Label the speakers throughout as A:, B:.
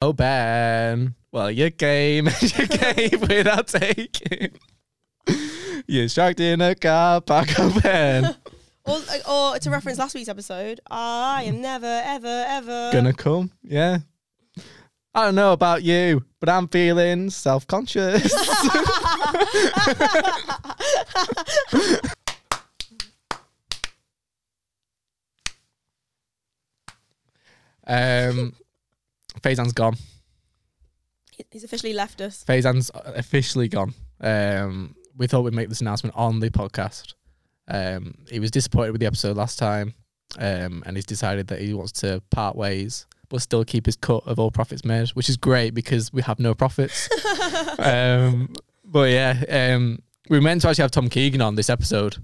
A: Oh, Ben. Well, you came, you came without taking. You sharked in a car park, oh, Ben.
B: Or, uh, or to reference last week's episode, I am never, ever, ever.
A: Gonna come, yeah. I don't know about you, but I'm feeling self conscious. um, Faizan's gone.
B: He's officially left us.
A: Faizan's officially gone. Um, we thought we'd make this announcement on the podcast. Um, he was disappointed with the episode last time, um, and he's decided that he wants to part ways, but still keep his cut of all profits made, which is great because we have no profits. um, but yeah, um, we were meant to actually have Tom Keegan on this episode,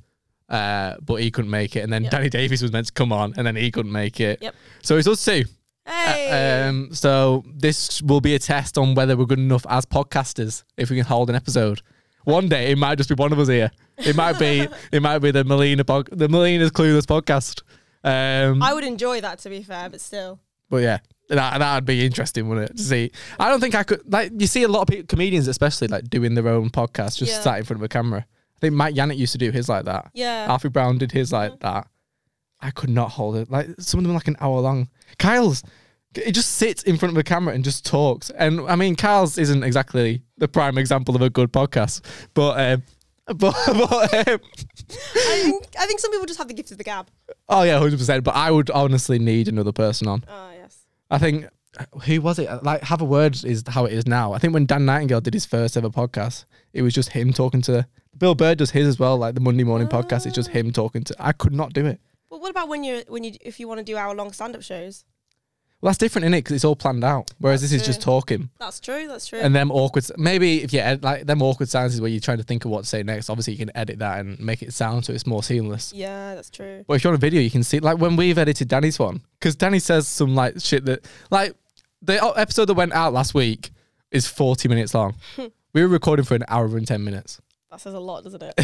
A: uh, but he couldn't make it, and then
B: Yep.
A: Danny Davies was meant to come on, and then he couldn't make it.
B: Yep.
A: So it's us two.
B: Hey.
A: Uh, Um, so this will be a test on whether we're good enough as podcasters if we can hold an episode. One day it might just be one of us here. It might be it might be the Molina pod, the Molina's Clueless podcast. Um,
B: I would enjoy that to be fair, but still.
A: but yeah, that that'd be interesting, wouldn't it? To see, I don't think I could. Like you see a lot of people, comedians especially, like doing their own podcast, just
B: Yeah.
A: sat in front of a camera. I think Mike Yannick used to do his like that.
B: Yeah.
A: Alfie Brown did his like that. I could not hold it. Like some of them are like an hour long. Kyle's it just sits in front of a camera and just talks. And I mean, Kyle's isn't exactly the prime example of a good podcast, but um, but, but um,
B: I, think, I think some people just have the gift of the gab.
A: oh yeah, hundred percent. But I would honestly need another person on.
B: Oh, yes.
A: I think who was it? Like have a word is how it is now. I think when Dan Nightingale did his first ever podcast, it was just him talking to Bill Bird does his as well, like the Monday morning podcast. It's just him talking to. I could not do it.
B: But what about when you when you if you want to do hour long stand up shows?
A: Well, that's different, innit? 'Cause Because it's all planned out. Whereas this is
B: true.
A: just talking.
B: That's true. That's true.
A: And them awkward, maybe if you ed- like them awkward silences where you're trying to think of what to say next. Obviously, you can edit that and make it sound so it's more seamless.
B: yeah, that's true.
A: But if you're on a video, you can see like when we've edited Danny's one because Danny says some like shit that like the o- episode that went out last week is 40 minutes long. we were recording for an hour and 10 minutes.
B: That says a lot, doesn't it?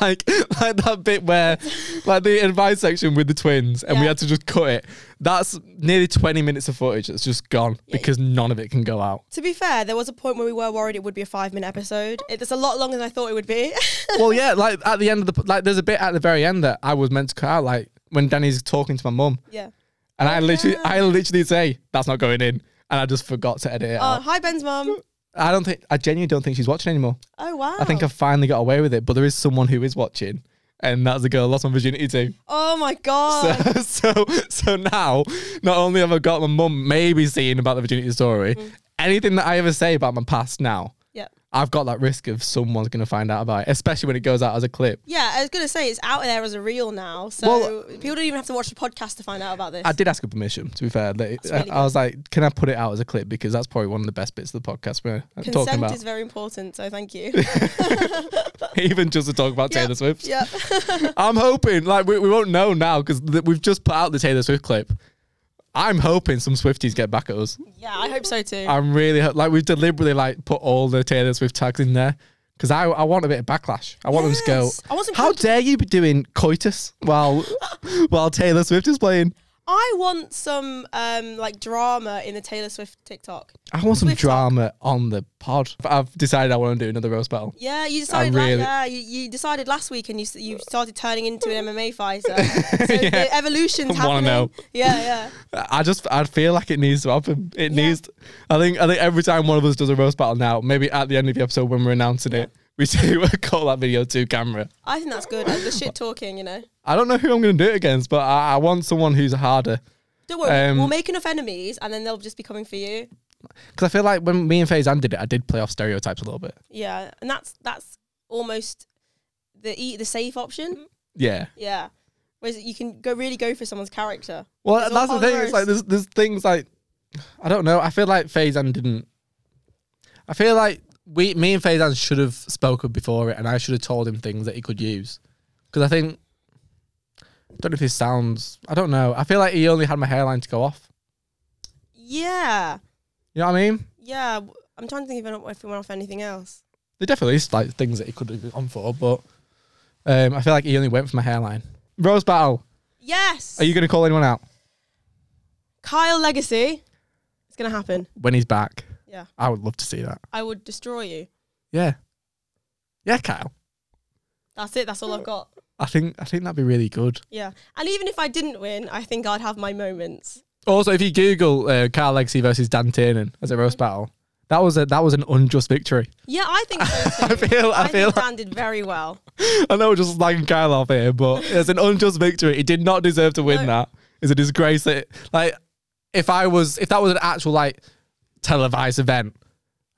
A: like like that bit where like the advice section with the twins and we
B: Yeah.
A: had to just cut it. That's nearly 20 minutes of footage that's just gone
B: Yeah.
A: because none of it can go out.
B: to be fair, there was a point where we were worried it would be a five minute episode. It, it's a lot longer than I thought it would be.
A: well, yeah, like at the end of the like, there's a bit at the very end that I was meant to cut out, like when Danny's talking to my mum,
B: yeah.
A: and I literally,
B: Oh, yeah.
A: I literally say that's not going in, and I just forgot to edit it.
B: Oh,
A: out.
B: hi Ben's mum.
A: I don't think, I genuinely don't think she's watching anymore.
B: Oh wow.
A: I think I finally got away with it, but there is someone who is watching, and that's the girl I lost my virginity to.
B: Oh my god.
A: So, so, so now, not only have I got my mum maybe seeing about the virginity story,
B: Mm-hmm.
A: anything that I ever say about my past now.
B: yeah.
A: I've got that risk of someone's going to find out about it, especially when it goes out as a clip.
B: Yeah, I was gonna say it's out there as a reel now, so
A: Well-
B: people don't even have to watch the podcast to find out about this.
A: I did ask her permission. To be fair, Like, I,
B: really
A: I was like, "Can I put it out as a clip?" Because that's probably one of the best bits of the podcast we're talking
B: Consent
A: about.
B: is very important, so thank you.
A: Even just to talk about
B: Yeah,
A: Taylor Swift.
B: yep.
A: I'm hoping, like, we, we won't know now because th- we've just put out the Taylor Swift clip. I'm hoping some Swifties get back at us.
B: Yeah, I hope so too.
A: I'm really ho- like we've deliberately like put all the Taylor Swift tags in there because I I want a bit of backlash. I want them
B: Yes,
A: to
B: I
A: go.
B: want some
A: How
B: controversy."
A: dare you be doing coitus while while Taylor Swift is playing?
B: I want some um like drama in the Taylor Swift TikTok.
A: I want some
B: Swift talk.
A: drama on the pod. I've decided I want to do another roast battle.
B: Yeah, you decided. la-
A: really-
B: yeah, you, you decided last week, and you s- you started turning into an MMA fighter. So the evolution's
A: I wanna
B: happening.
A: know.
B: Yeah, yeah.
A: I just I feel like it needs to happen. It needs. I think I think every time one of us does a roast battle now, maybe at the end of the episode when we're announcing it, we do call that video to camera.
B: I think that's good. Like, the shit talking, you know.
A: I don't know who I'm going to do it against, but I, I want someone who's harder
B: Don't worry,
A: Um,
B: we'll make enough enemies, and then they'll just be coming for you.
A: because I feel like when me and Faizan did it, I did play off stereotypes a little bit.
B: Yeah, and that's that's almost the e- the safe option.
A: Yeah.
B: Yeah, whereas you can go really go for someone's character.
A: Well,
B: It's all
A: that's the
B: on
A: thing. It's
B: roast.
A: like there's there's things like I don't know. I feel like Faizan didn't. I feel like we, me and Faizan should have spoken before it, and I should have told him things that he could use. Because I think, I don't know if this sounds. I don't know. I feel like he only had my hairline to go off.
B: Yeah,
A: You know what I mean?
B: yeah. w- I'm trying to think if, I- if we went off anything else.
A: There definitely is like things that he could have gone for, but um, I feel like he only went for my hairline. Rose battle.
B: Yes,
A: Are you going to call anyone out?
B: Kyle Legacy. It's It's gonna happen.
A: when he's back.
B: Yeah.
A: I would love to see that.
B: I would destroy you.
A: Yeah. Yeah, Kyle.
B: That's it. That's all I've got.
A: I think I think that'd be really good.
B: Yeah. And even if I didn't win, I think I'd have my moments.
A: Also, if you Google uh, Kyle Legacy versus Dan Tiernan as a
B: Mm-hmm.
A: roast battle, that was a that was an unjust victory.
B: Yeah, I think so.
A: I
B: Too.
A: feel I,
B: I
A: feel
B: think Dan did very well.
A: I know we're just slagging Kyle off here, but it's an unjust victory. He did not deserve to win
B: No.
A: that. It's a disgrace that like if I was if that was an actual like televised event,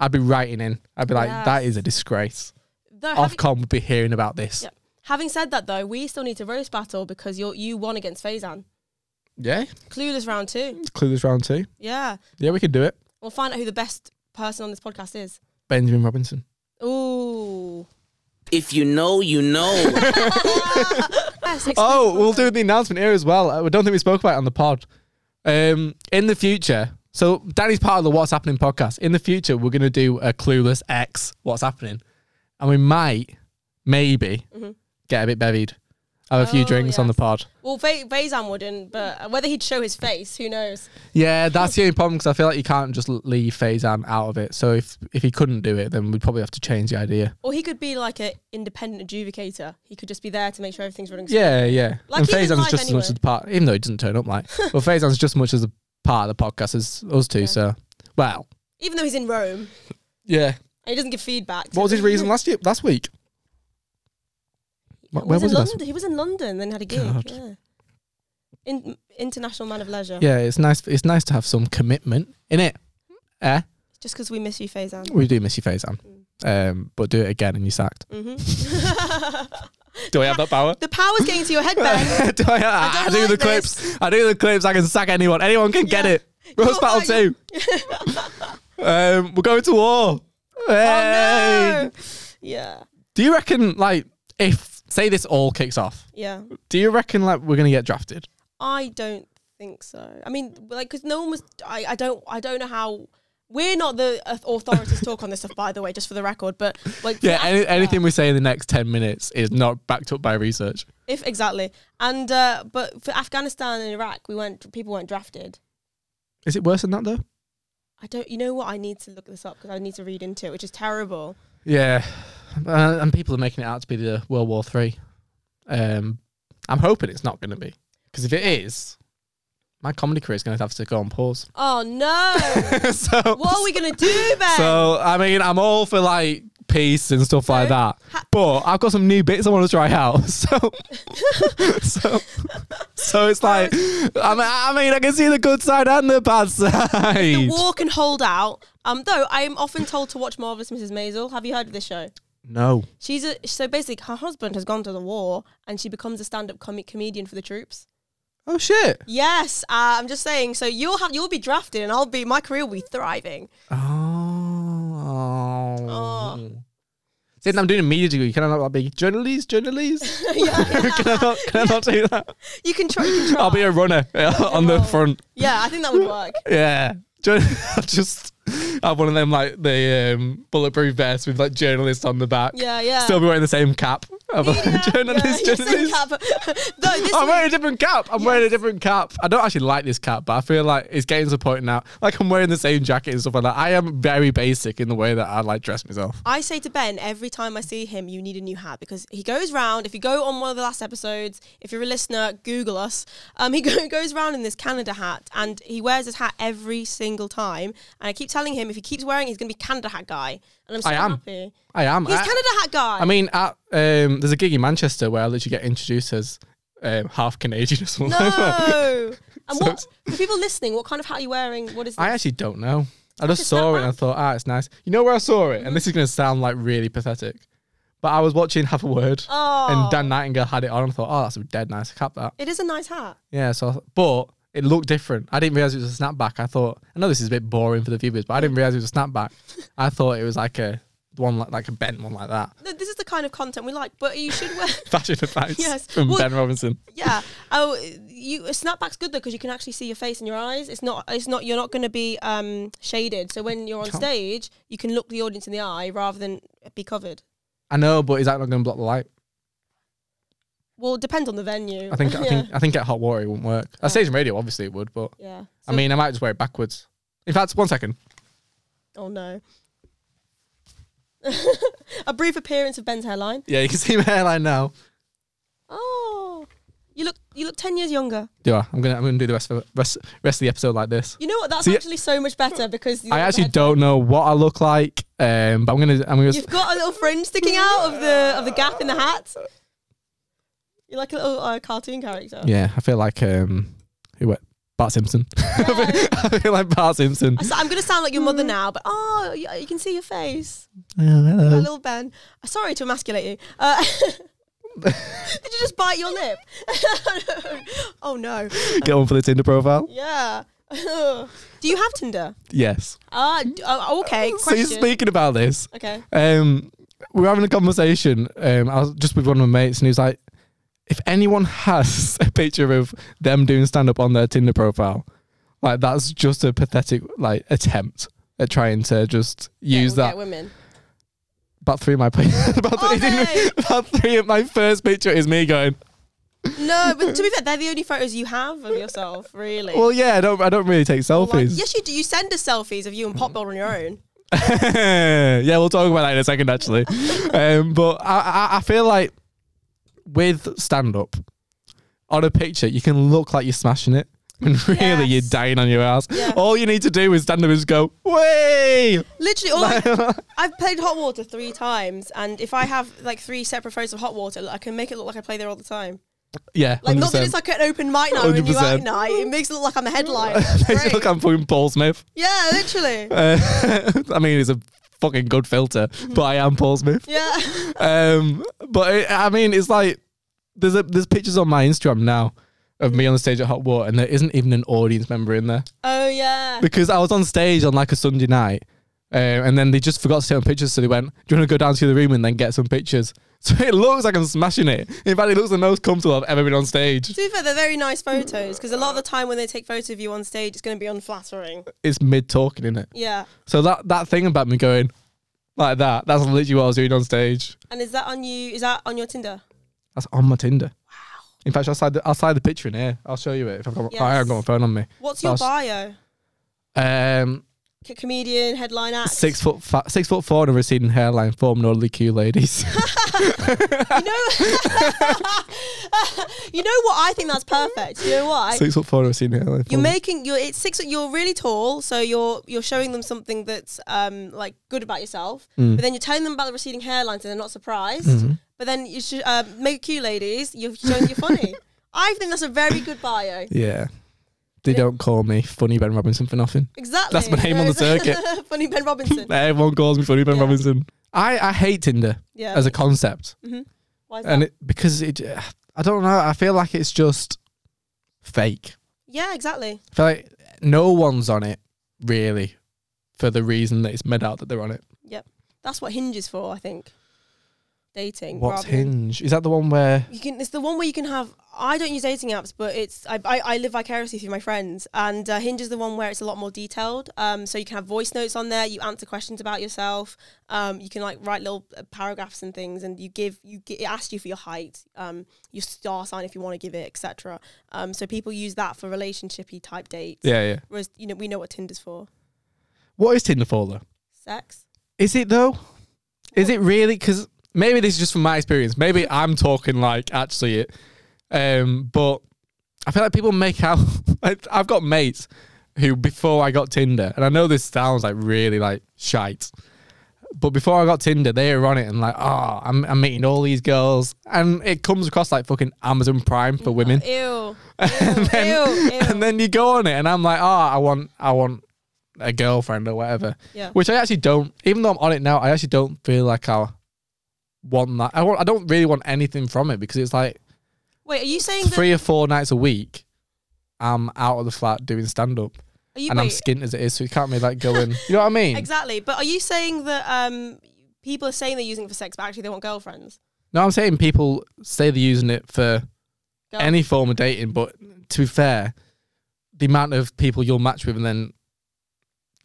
A: I'd be writing in. I'd be like,
B: Yes.
A: that is a disgrace.
B: Though having,
A: Ofcom would be hearing about this.
B: Yeah. having said that, though, we still need to roast battle because you you won against Faizan.
A: Yeah.
B: Clueless round two.
A: Clueless round two.
B: Yeah.
A: Yeah, we could do it.
B: We'll find out who the best person on this podcast is.
A: Benjamin Robinson.
B: Ooh.
C: If you know, you know.
B: Yes, exclusive
A: Oh, we'll do
B: content.
A: the announcement here as well. I don't think we spoke about it on the pod. Um, in the future, so Danny's part of the What's Happening podcast. In the future, we're going to do a Clueless X What's Happening, and we might, maybe, get a bit bevied, have a few
B: Mm-hmm. Oh,
A: drinks on the
B: yes.
A: pod.
B: Well, Fa- Faizan wouldn't, but whether he'd show his face, who knows?
A: Yeah, that's the only problem because I feel like you can't just leave Faizan out of it. So if if he couldn't do it, then we'd probably have to change the idea.
B: Or he could be like an independent adjudicator. He could just be there to make sure everything's running. smooth.
A: Yeah, yeah.
B: Like
A: and
B: he was
A: Faizan's
B: live
A: just as
B: anyway.
A: much as part, even though he doesn't turn up. Like, well, Faizan's just as much as a part of the podcast as us two. So, well,
B: Even though he's in Rome and
A: yeah.
B: he doesn't give feedback. to-
A: What was his reason last year? Last week? Wh-
B: He was in London. He was in London, then had a gig.
A: God.
B: Yeah. In, international man of leisure.
A: Yeah, it's nice. It's nice to have some commitment in it. Eh?
B: Just because we miss you, Faizan.
A: We do miss you, Faizan. Um, but do it again and you're sacked. Do I have that power?
B: Mm-hmm. The power's getting to your head, Ben.
A: do I, I,
B: don't
A: do
B: like
A: the clips. I do the clips. I can sack anyone. Anyone can get
B: Yeah.
A: it. Roast
B: You're
A: battle two. um, we're going to war. Hey.
B: Oh no. Yeah.
A: Do you reckon, like, if say this all kicks off,
B: Yeah.
A: do you reckon like we're gonna get drafted?
B: I don't think so. I mean, like, because no one was. I, I don't. I don't know how. We're not the auth- authorities talk on this stuff, by the way, just for the record. But like,
A: Yeah, any,
B: Africa-
A: anything we say in the next ten minutes is not backed up by research.
B: If exactly, and uh, but for Afghanistan and Iraq, we weren't. People weren't drafted.
A: Is it worse than that though?
B: I don't. You know what? I need to look this up because I need to read into it, which is terrible.
A: Yeah, uh, and people are making it out to be the World War Three. Um, I'm hoping it's not gonna be because if it is, my comedy career is gonna have to go on pause.
B: Oh no!
A: so,
B: what are we gonna do, Ben?
A: so I mean, I'm all for like peace and stuff like that,
B: ha-
A: but I've got some new bits I want to try out. So, so, so it's like, I mean, I mean, I can see the good side and the bad side.
B: the war can hold out. Um, though I am often told to watch Marvelous Mrs. Maisel. Have you heard of this show?
A: no,
B: She's a so basically her husband has gone to the war and she becomes a stand-up comic comedian for the troops.
A: oh shit.
B: Yes, uh, I'm just saying. So you'll have you'll be drafted and I'll be my career will be thriving.
A: Oh.
B: Oh.
A: Since I'm doing a media degree, can I not be journalist? Journalist?
B: yeah,
A: can I not? Can I not do that?
B: you can try. You can try.
A: I'll be a runner on the
B: roll.
A: front.
B: yeah, I think that would work.
A: Yeah. Jour- I'll just have one of them like the um, bulletproof vest with like journalist on the back.
B: Yeah, yeah.
A: Still be wearing the same cap. I'm like,
B: Yeah,
A: journalist,
B: yeah, yes,
A: journalist.
B: cap. Though this
A: I'm
B: week-
A: wearing a different cap. I'm wearing a different cap. I don't actually like this cap, but I feel like it's getting to the point now. Like I'm wearing the same jacket and stuff like that. I am very basic in the way that I like dress myself.
B: I say to Ben every time I see him, you need a new hat because he goes round. If you go on one of the last episodes, if you're a listener, Google us. Um, he go, goes round in this Canada hat and he wears his hat every single time. And I keep telling him if he keeps wearing, it, he's going to be Canada hat guy. And I'm so
A: I am.
B: happy.
A: I am.
B: He's
A: I,
B: Canada hat guy.
A: I mean, at, um, there's a gig in Manchester where I literally get introduced as um, half Canadian or something. like that.
B: no. and
A: So-
B: what for people listening? What kind of hat are you wearing? What is this?
A: I actually don't know. I
B: a
A: just saw it and I
B: snapback.
A: thought, ah, it's nice. You know where I saw it? And this is going to sound like really pathetic. But I was watching Have a Word
B: Oh.
A: and Dan Nightingale had it on and I thought, oh, that's a dead nice cap, that.
B: it is a nice hat.
A: Yeah, so I thought, but it looked different. I didn't realize it was a snapback. I thought, I know this is a bit boring for the viewers, but I didn't realize it was a snapback. I thought it was like a one, like, like a bent one like that.
B: No, This is the kind of content we like, but you should wear.
A: Fashion advice
B: Yes.
A: from
B: Well-
A: Ben Robinson.
B: Yeah. Oh, you a snapback's good though because you can actually see your face and your eyes. It's not. It's not. You're not going to be um shaded. So when you're on
A: Can't-
B: stage, you can look the audience in the eye rather than be covered.
A: I know, but is that not going to block the light?
B: Well, it depends on the venue.
A: I think,
B: yeah.
A: I think, I think at hot water it wouldn't work. At station radio, obviously it would, but
B: yeah.
A: I mean, I might just wear it backwards. In fact, one second.
B: Oh no. a brief appearance of Ben's hairline.
A: Yeah, you can see my hairline now.
B: Oh, you look you look ten years younger.
A: Do I? I'm gonna I'm gonna do the rest of rest rest of the episode like this.
B: You know what? That's
A: See,
B: actually so much better because you
A: I
B: look
A: actually
B: better.
A: don't know what I look like, um, but I'm gonna I'm gonna.
B: You've got a little fringe sticking out of the of the gap in the hat. You're like a little uh, cartoon character.
A: yeah, I feel like um, who went Bart Simpson. I feel like Bart Simpson.
B: I, am gonna sound like your
A: Mm.
B: mother now, but oh, you, you can see your face,
A: Oh,
B: Like
A: hello.
B: little Ben. Sorry to emasculate you. Uh, did you just bite your lip? oh no.
A: Get on for the Tinder profile.
B: Yeah. Do you have Tinder?
A: Yes.
B: Ah, d- oh, okay.
A: So you're
B: Question.
A: speaking about this.
B: Okay.
A: um, we were having a conversation. Um, I was just with one of my mates, and he was like, "If anyone has a picture of them doing stand up on their Tinder profile, like that's just a pathetic like attempt at trying to just use
B: yeah,
A: that."
B: Get women.
A: About three of my pi- about,
B: Oh,
A: three,
B: no. No, but to be fair, they're the only photos you have of yourself, really.
A: Well, yeah, I don't, I don't really take
B: Or like-
A: selfies.
B: yes, you do. You send us selfies of you and Popball on your own.
A: yeah, we'll talk about that in a second, actually. um, but I, I, I feel like with stand up, on a picture, you can look like you're smashing it. And really, you're
B: Yes.
A: dying on your ass.
B: Yeah.
A: All you need to do is stand up and just go, way!
B: Literally, all I, I've played hot water three times, and if I have like three separate photos of hot water, I can make it look like I play there all the time.
A: Yeah,
B: Like, not that
A: 100%.
B: it's like an open mic night or a new
A: 100%.
B: act night. It makes it look like I'm a headline.
A: Makes it
B: Great.
A: look I'm fucking Paul Smith.
B: yeah, literally.
A: Uh, I mean, it's a fucking good filter, but I am Paul Smith.
B: Yeah.
A: um, but it, I mean, it's like there's a, there's pictures on my Instagram now of me on the stage at Hot Water, and there isn't even an audience member in there
B: Oh yeah.
A: because I was on stage on like a Sunday night, uh, and then they just forgot to take my pictures, so they went, "Do you want to go down to the room and then get some pictures?" So it looks like I'm smashing it. In fact, it looks the most comfortable I've ever been on stage.
B: To be fair, they're very nice photos because a lot of the time when they take photos of you on stage, it's going to be unflattering.
A: It's mid talking, isn't it?
B: Yeah.
A: So that that thing about me going like that, that's literally what I was doing on stage.
B: And is that on you? Is that on your Tinder?
A: That's on my Tinder. Wow. In fact, I'll slide the, I'll slide the picture in here. I'll show you it if I've got, I haven't got my
B: Yes.
A: phone on me.
B: What's
A: So
B: your
A: I'll s-
B: bio?
A: Um,
B: C- comedian, headline act.
A: six foot fa- six foot four and a receding hairline, four elderly cute ladies.
B: You know, you know what? I think that's perfect. You know what? I-
A: six foot four and a receding hairline.
B: you're
A: four-
B: making you're it's six. You're really tall, so you're you're showing them something that's um like good about yourself.
A: Mm-hmm. Mm.
B: But then you're telling them about the receding hairlines, and they're not surprised. But then you should uh, make you ladies. You're showing you're funny. I think that's a very good bio.
A: yeah. They don't call me Funny Ben Robinson for nothing.
B: Exactly.
A: That's my name on the circuit.
B: Funny Ben Robinson.
A: Everyone calls me Funny Ben
B: Yeah.
A: Robinson. I, I hate Tinder
B: Yeah.
A: as a concept,
B: Why is
A: and
B: that?
A: it, because it I don't know. I feel like it's just fake.
B: yeah, exactly.
A: I feel like no one's on it really for the reason that it's made out that they're on it.
B: That's what Hinge is for, I think. Dating.
A: What's
B: rather than-
A: Hinge? Is that the one where?
B: You can. It's the one where you can have. I don't use dating apps, but it's. I I, I live vicariously through my friends, and uh, Hinge is the one where it's a lot more detailed. Um, so you can have voice notes on there. You answer questions about yourself. Um, you can like write little uh, paragraphs and things, and you give you gi- it asks you for your height, um, your star sign if you want to give it, etc. Um, so people use that for relationshipy type dates.
A: Yeah, yeah.
B: Whereas you know we know what Tinder's for.
A: What is Tinder for though?
B: Sex.
A: Is it though? Is it really? Because maybe this is just from my experience. Maybe I'm talking like actually it. Um, but I feel like people make out. I, I've got mates who before I got Tinder, and I know this sounds like really like shite, but before I got Tinder, they were on it and like, oh, I'm, I'm meeting all these girls, and it comes across like fucking Amazon Prime for women.
B: Ew.
A: and then,
B: ew, ew.
A: and then you go on it, and I'm like, oh, I want, I want a girlfriend or whatever.
B: Yeah.
A: Which I actually don't. Even though I'm on it now, I actually don't feel like I want that. I want, I don't really want anything from it because it's like
B: Wait, are you saying that?
A: three or four nights a week. I'm out of the flat doing stand up,
B: Are you
A: and I'm
B: wait,
A: skint as it is, so you can't really like go in. You know what I mean?
B: Exactly. But are you saying that um, people are saying they're using it for sex, but actually they want girlfriends?
A: No, I'm saying people say they're using it for
B: Girl-
A: any form of dating, but to be fair, the amount of people you'll match with and then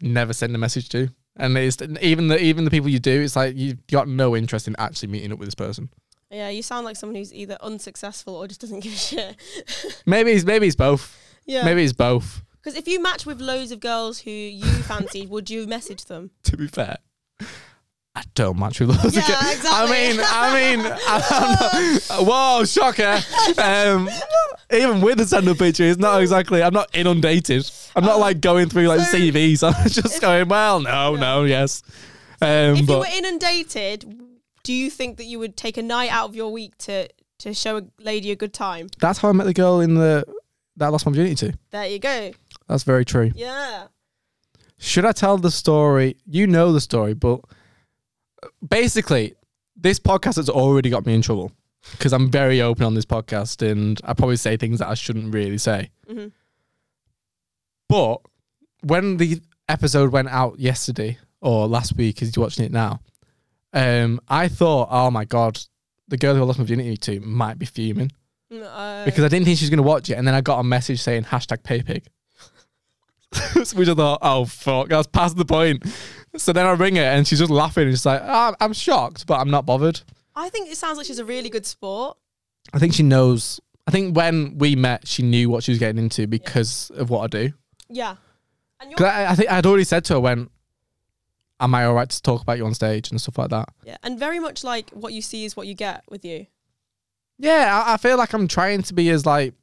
A: never send a message to, and it's even the even the people you do, it's like you've got no interest in actually meeting up with this person.
B: yeah, you sound like someone who's either unsuccessful or just doesn't give a shit.
A: Maybe it's maybe it's both.
B: yeah.
A: Maybe it's both.
B: Because if you match with loads of girls who you fancied, would you message them?
A: to be fair. I don't match with loads
B: Yeah,
A: of girls. I
B: exactly.
A: mean, I mean, I'm not, whoa, shocker. Um, even with the send up picture, it's not exactly, I'm not inundated. I'm not like going through like
B: Oh. So-
A: CVs. I'm just going, well, no, no, yes. Um,
B: If you
A: but
B: were inundated, do you think that you would take a night out of your week to to show a lady a good time?
A: that's how I met the girl in the, that I lost my virginity to.
B: There you go.
A: That's very true.
B: Yeah.
A: Should I tell the story? You know the story, but basically, this podcast has already got me in trouble because I'm very open on this podcast and I probably say things that I shouldn't really say.
B: Mhm.
A: But when the episode went out yesterday or last week, as you're watching it now, um, I thought, oh my God, the girl who I lost my virginity to might be fuming
B: No.
A: because I didn't think she was going to watch it. And then I got a message saying hashtag paypig. Which I thought, oh fuck, that's past the point. So then I ring her and she's just laughing. And she's like, "Ah, I'm shocked, but I'm not bothered.
B: I think it sounds like she's a really good sport.
A: I think she knows. I think when we met, she knew what she was getting into because of what I do.
B: Yeah. And you're,
A: 'Cause I, I think I'd already said to her, when, am I all right to talk about you on stage and stuff like that?
B: yeah, and very much like what you see is what you get with you.
A: Yeah, I, I feel like I'm trying to be as like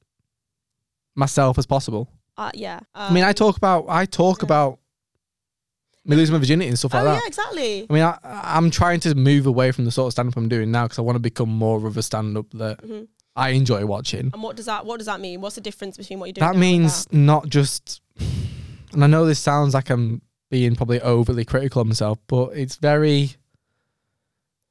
A: myself as possible.
B: Uh, yeah.
A: I mean, I
B: Um,
A: talk about, I talk
B: yeah.
A: about me losing my virginity and stuff like
B: Oh
A: that.
B: yeah, exactly.
A: I mean, I, I'm trying to move away from the sort of stand up I'm doing now because I want to become more of a stand up that
B: Mhm.
A: I enjoy watching.
B: And what does that what does that mean? What's the difference between what you're doing?
A: That
B: now and
A: means not just, and I know this sounds like I'm being probably overly critical of myself, but it's very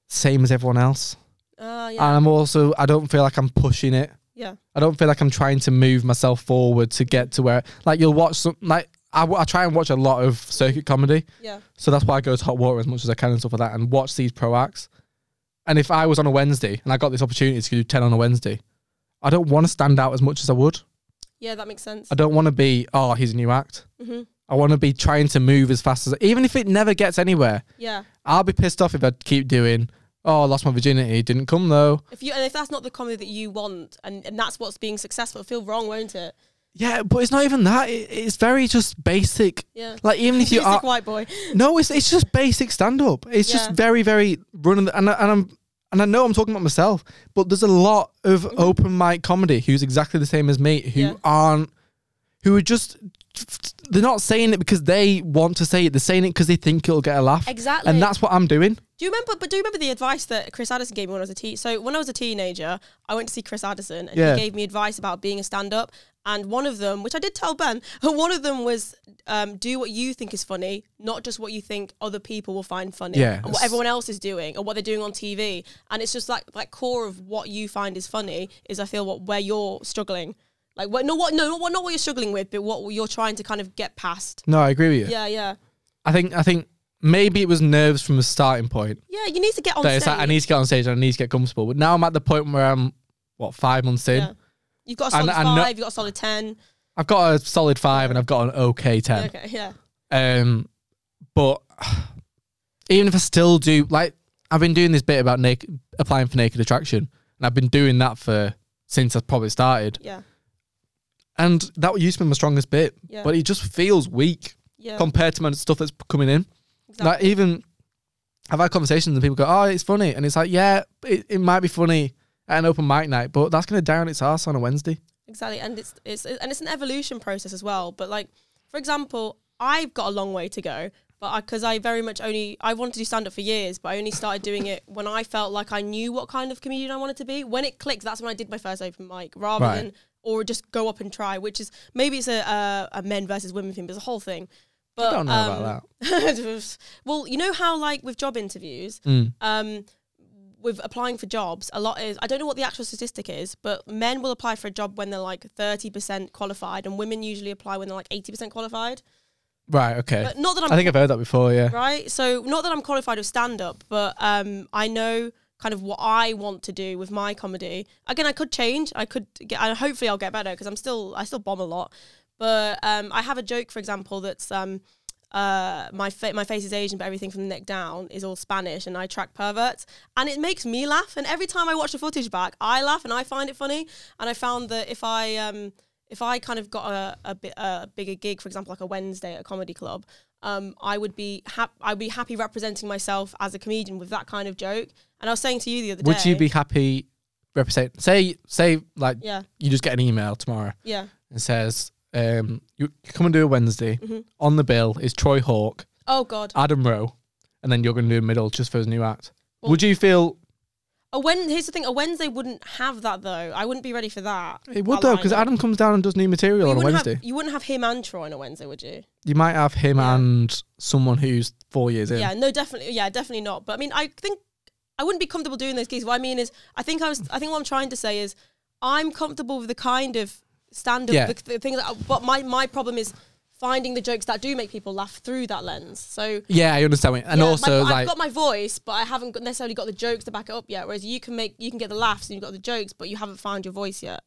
A: same as everyone else.
B: that? Uh, yeah.
A: And I'm also, I don't feel like I'm pushing it.
B: yeah.
A: I don't feel like I'm trying to move myself forward to get to where, like, you'll watch some, like, I, w- I try and watch a lot of circuit comedy.
B: Yeah.
A: So that's why I go to hot water as much as I can and stuff like that and watch these pro acts. And if I was on a Wednesday and I got this opportunity to do 10 on a Wednesday, I don't want to stand out as much as I would.
B: Yeah, that makes sense.
A: I don't want to be, oh, he's a new act.
B: hmm
A: I want to be trying to move as fast as, even if it never gets anywhere,
B: Yeah.
A: I'll be pissed off if I keep doing, oh, I lost my virginity, didn't come though.
B: If you and if that's not the comedy that you want and, and that's what's being successful, it'll feel wrong, won't it?
A: Yeah, but it's not even that. It, it's very just basic.
B: Yeah.
A: Like, even if you
B: Basic
A: are,
B: white boy.
A: No, it's it's just basic stand up. It's
B: Yeah.
A: just very very running and I, and I'm and I know I'm talking about myself, but there's a lot of open mic comedy who's exactly the same as me who
B: Mm-hmm. Yeah.
A: aren't who are just they're not saying it because they want to say it. They're saying it because they think it'll get a laugh.
B: Exactly.
A: And that's what I'm doing.
B: Do you remember? But do you remember the advice that Chris Addison gave me when I was a teen? So when I was a teenager, I went to see Chris Addison, and
A: Yeah.
B: he gave me advice about being a stand-up. And one of them, which I did tell Ben, one of them was um, do what you think is funny, not just what you think other people will find funny,
A: Yeah,
B: and what
A: that's-
B: everyone else is doing, or what they're doing on TV. And it's just like like core of what you find is funny is I feel what where you're struggling, like what no what no not what not what you're struggling with, but what you're trying to kind of get past.
A: No, I agree with you.
B: Yeah, yeah,
A: I think I think maybe it was nerves from the starting point.
B: yeah. You need to get on.
A: That it's
B: stage.
A: like I need to get on stage and I need to get comfortable. But now I'm at the point where I'm what five months in.
B: Yeah. You've got a
A: And-
B: solid
A: and no-
B: five. You've got a solid ten.
A: I've got a solid five and I've got an okay ten.
B: Okay, yeah.
A: Um, but even if I still do, like, I've been doing this bit about naked, applying for naked attraction, and I've been doing that for since I probably started,
B: Yeah,
A: and that used to be my strongest bit,
B: Yeah.
A: but it just feels weak
B: yeah.
A: compared to my stuff that's coming in.
B: exactly.
A: Like, even I've had conversations and people go, "Oh, it's funny," and it's like, yeah, it, it might be funny at an open mic night, but that's gonna down its ass on a Wednesday.
B: exactly, and it's it's and it's an evolution process as well. But like, for example, I've got a long way to go, but because I, very much only I wanted to do stand up for years, but I only started doing it when I felt like I knew what kind of comedian I wanted to be. When it clicked, that's when I did my first open mic, rather
A: Right.
B: than or just go up and try, which is maybe it's a uh, a, a men versus women thing, but it's a whole thing. But,
A: I don't know about
B: that. well, you know how like with job interviews,
A: Mm.
B: um, with applying for jobs, a lot is I don't know what the actual statistic is, but men will apply for a job when they're like thirty percent qualified, and women usually apply when they're like eighty percent qualified.
A: Right? Okay.
B: But not that I'm
A: I think I've heard that before. Yeah.
B: right, so not that I'm qualified with stand up, but um, I know kind of what I want to do with my comedy. Again, I could change. I could get. And hopefully, I'll get better because I'm still I still bomb a lot. But um, I have a joke, for example, that's um, uh, my fa- my face is Asian, but everything from the neck down is all Spanish, and I track perverts, and it makes me laugh. And every time I watch the footage back, I laugh and I find it funny. And I found that if I um, if I kind of got a a, bit, a bigger gig, for example, like a Wednesday at a comedy club, um, I would be hap- I'd be happy representing myself as a comedian with that kind of joke. And I was saying to you the other
A: Would
B: day,
A: you be happy represent? Say, say, like
B: Yeah,
A: you just get an email tomorrow
B: yeah.
A: and says, um, "You come and do a Wednesday
B: Mhm.
A: on the bill is Troy Hawk,
B: Oh God.
A: Adam Rowe, and then you're going to do a middle just for his new act."
B: Well-
A: would you feel
B: A Wed here's the thing. A Wednesday wouldn't have that though. I wouldn't be ready for that.
A: it would though? Because
B: lineup.
A: Adam comes down and does new
B: But
A: material
B: you
A: on a
B: wouldn't
A: Wednesday.
B: Have, you wouldn't have him and Troy on a Wednesday, would you?
A: you might have him
B: Yeah.
A: and someone who's four years in.
B: Yeah, no, definitely. Yeah, definitely not. But I mean, I think I wouldn't be comfortable doing those gigs. What I mean is, I think I was. I think what I'm trying to say is, I'm comfortable with the kind of stand-up,
A: Yeah.
B: the, the things. That, but my my problem is finding the jokes that do make people laugh through that lens. So.
A: Yeah, I understand. What, you- and
B: yeah,
A: also,
B: my, I've
A: like,
B: got my voice, but I haven't got necessarily got the jokes to back it up yet. Whereas you can make, you can get the laughs and you've got the jokes, but you haven't found your voice yet.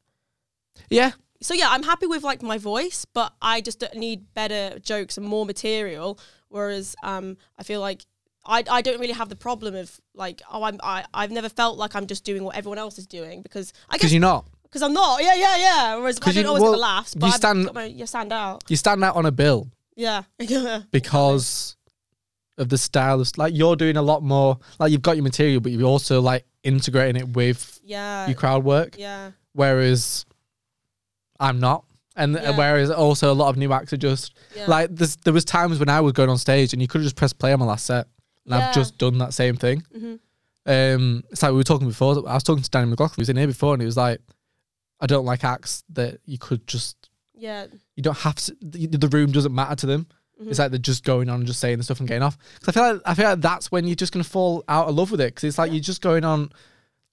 A: yeah,
B: so yeah, I'm happy with like my voice, but I just don't need better jokes and more material. Whereas um, I feel like I, I don't really have the problem of like oh I'm I, I've never felt like I'm just doing what everyone else is doing because I
A: because
B: guess
A: you're not.
B: because I'm not yeah yeah yeah. Whereas I
A: 'Cause
B: don't
A: you-
B: always
A: well,
B: get the laughs,
A: you
B: but you
A: stand-
B: stand got my, you stand out
A: You stand out on a bill
B: yeah yeah
A: because of the style of like you're doing a lot more. Like you've got your material, but you're also like integrating it with
B: yeah
A: your crowd work.
B: yeah
A: Whereas I'm not, and uh,
B: Yeah.
A: whereas also a lot of new acts are just
B: yeah.
A: like there's, there was times when I was going on stage and you could have just pressed play on my last set, and
B: Yeah.
A: I've just done that same thing.
B: Mhm.
A: Um, it's like we were talking before. I was talking to Danny McLaughlin, who was in here before, and he was like, "I don't like acts that you could just
B: yeah
A: you don't have to. The, the room doesn't matter to them.
B: Mm-hmm.
A: It's like they're just going on and just saying the stuff and getting off. Because I feel like I feel like that's when you're just gonna fall out of love with it. Because it's like you're just going on.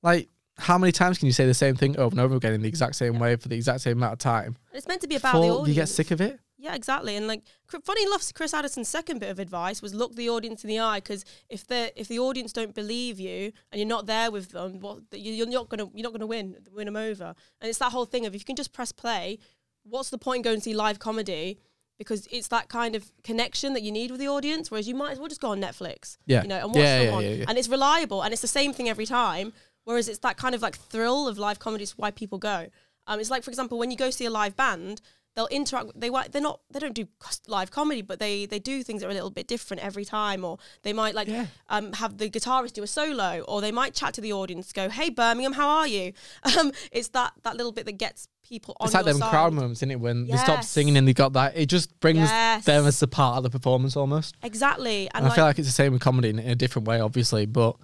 A: Like, how many times can you say the same thing over and over again in the exact same way for the exact same amount of time?
B: And it's meant to be about the
A: Before
B: audience.
A: you get sick of it.
B: Yeah, exactly. And like, cr- funny enough, Chris Addison's second bit of advice was look the audience in the eye because if the if the audience don't believe you and you're not there with them, what th- you- you're not gonna you're not gonna win win them over. And it's that whole thing of if you can just press play, what's the point in going to see live comedy? Because it's that kind of connection that you need with the audience, whereas you might as well just go on Netflix,
A: Yeah.
B: you know, and watch
A: Yeah,
B: someone,
A: yeah, yeah, yeah.
B: and it's reliable and it's the same thing every time. Whereas it's that kind of like thrill of live comedy is why people go. Um, it's like for example when you go see a live band, they'll interact. They wa- they're not they don't do cos- live comedy, but they they do things that are a little bit different every time. Or they might like
A: Yeah.
B: um, have the guitarist do a solo, or they might chat to the audience, go, "Hey Birmingham, how are you?" Um, it's that that little bit that gets people on
A: It's like
B: your
A: them
B: side.
A: crowd moments, isn't it? When they stop
B: Yes.
A: singing and they got that, it just brings
B: Yes.
A: them as a part of the performance almost.
B: Exactly,
A: And
B: and,
A: I
B: like, Mm-hmm.
A: feel like it's the same with comedy in, in a different way, obviously. But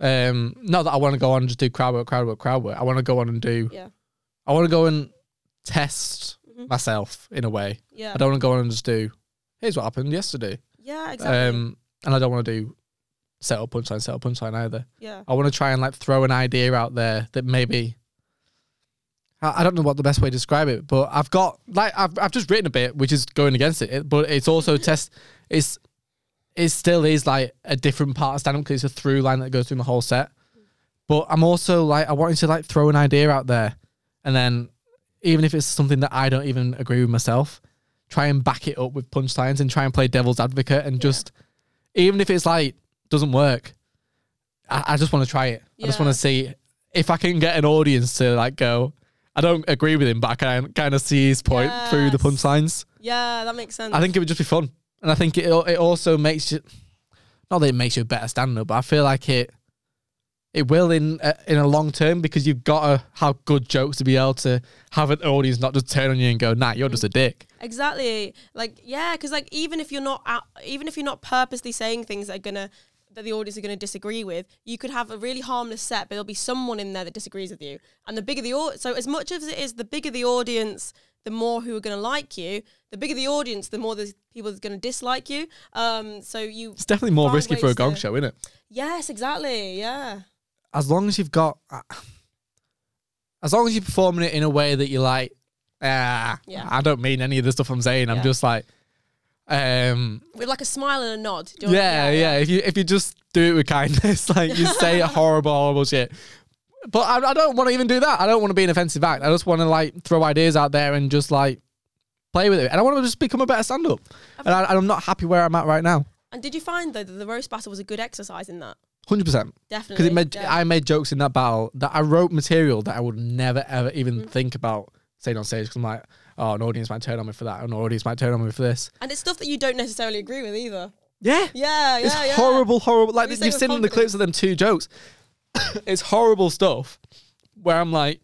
A: um, not that I want to go on and just do crowd work, crowd work, crowd work. I want to go on and do.
B: Yeah.
A: I want to go and test myself in a way.
B: yeah,
A: I don't want to go on and just do. Here's what happened yesterday.
B: yeah, exactly,
A: Um, and I don't want to do set up punchline, set up punchline either.
B: yeah.
A: I want to try and like throw an idea out there that maybe. I I don't know what the best way to describe it, but I've got like I've I've just written a bit which is going against it, it, but it's also test. It's it still is like a different part of stand up because it's a through line that goes through my whole set. But I'm also like I wanted to like throw an idea out there, and then even if it's something that I don't even agree with myself, try and back it up with punchlines and try and play devil's advocate and just even if it's like doesn't work, I, I just want to try it. I just
B: Yeah.
A: want to see if I can get an audience to like go. I don't agree with him, but I can kind of see his point through the
B: Yes.
A: punchlines.
B: Yeah, that makes sense.
A: I think it would just be fun, and I think it it also makes you not that it makes you a better stand up, but I feel like it it will in uh, in a long term because you've got to have good jokes to be able to have an audience not just turn on you and go, "Nah, you're just a dick."
B: Exactly. Like yeah, because like even if you're not out, even if you're not purposely saying things that are gonna that the audience are gonna disagree with, you could have a really harmless set, but there'll be someone in there that disagrees with you. And the bigger the au- so as much as it is the bigger the audience, the more who are gonna like you. The bigger the audience, the more there's people that's gonna dislike you. Um, so you
A: It's definitely more
B: Find
A: risky for a
B: ways
A: gong
B: to-
A: show, isn't it?
B: yes, exactly, yeah,
A: as long as you've got, uh, as long as you're performing it in a way that you're like, ah,
B: Yeah.
A: I don't mean any of the stuff I'm saying. I'm
B: Yeah.
A: just like, um,
B: with like a smile and a nod. Do you know what I mean?
A: yeah, yeah, If you if you just do it with kindness, like you say horrible, horrible shit. But I, I don't want to even do that. I don't want to be an offensive act. I just want to like throw ideas out there and just like play with it. And I want to just become a better stand up. And I, I'm not happy where I'm at right now.
B: And did you find though that the roast battle was a good exercise in that?
A: Hundred percent.
B: Definitely.
A: because it made
B: yeah.
A: I made jokes Mm. in that battle that I wrote material that I would never ever even think about saying on stage. Because I'm like, oh, an audience might turn on me for that, an audience might turn on me for this.
B: And it's stuff that you don't necessarily agree with either.
A: Yeah,
B: Yeah, yeah,
A: it's
B: yeah.
A: horrible, horrible. Like
B: You say
A: you've
B: with
A: seen in the
B: confidence.
A: clips of them two jokes. it's horrible stuff. Where I'm like,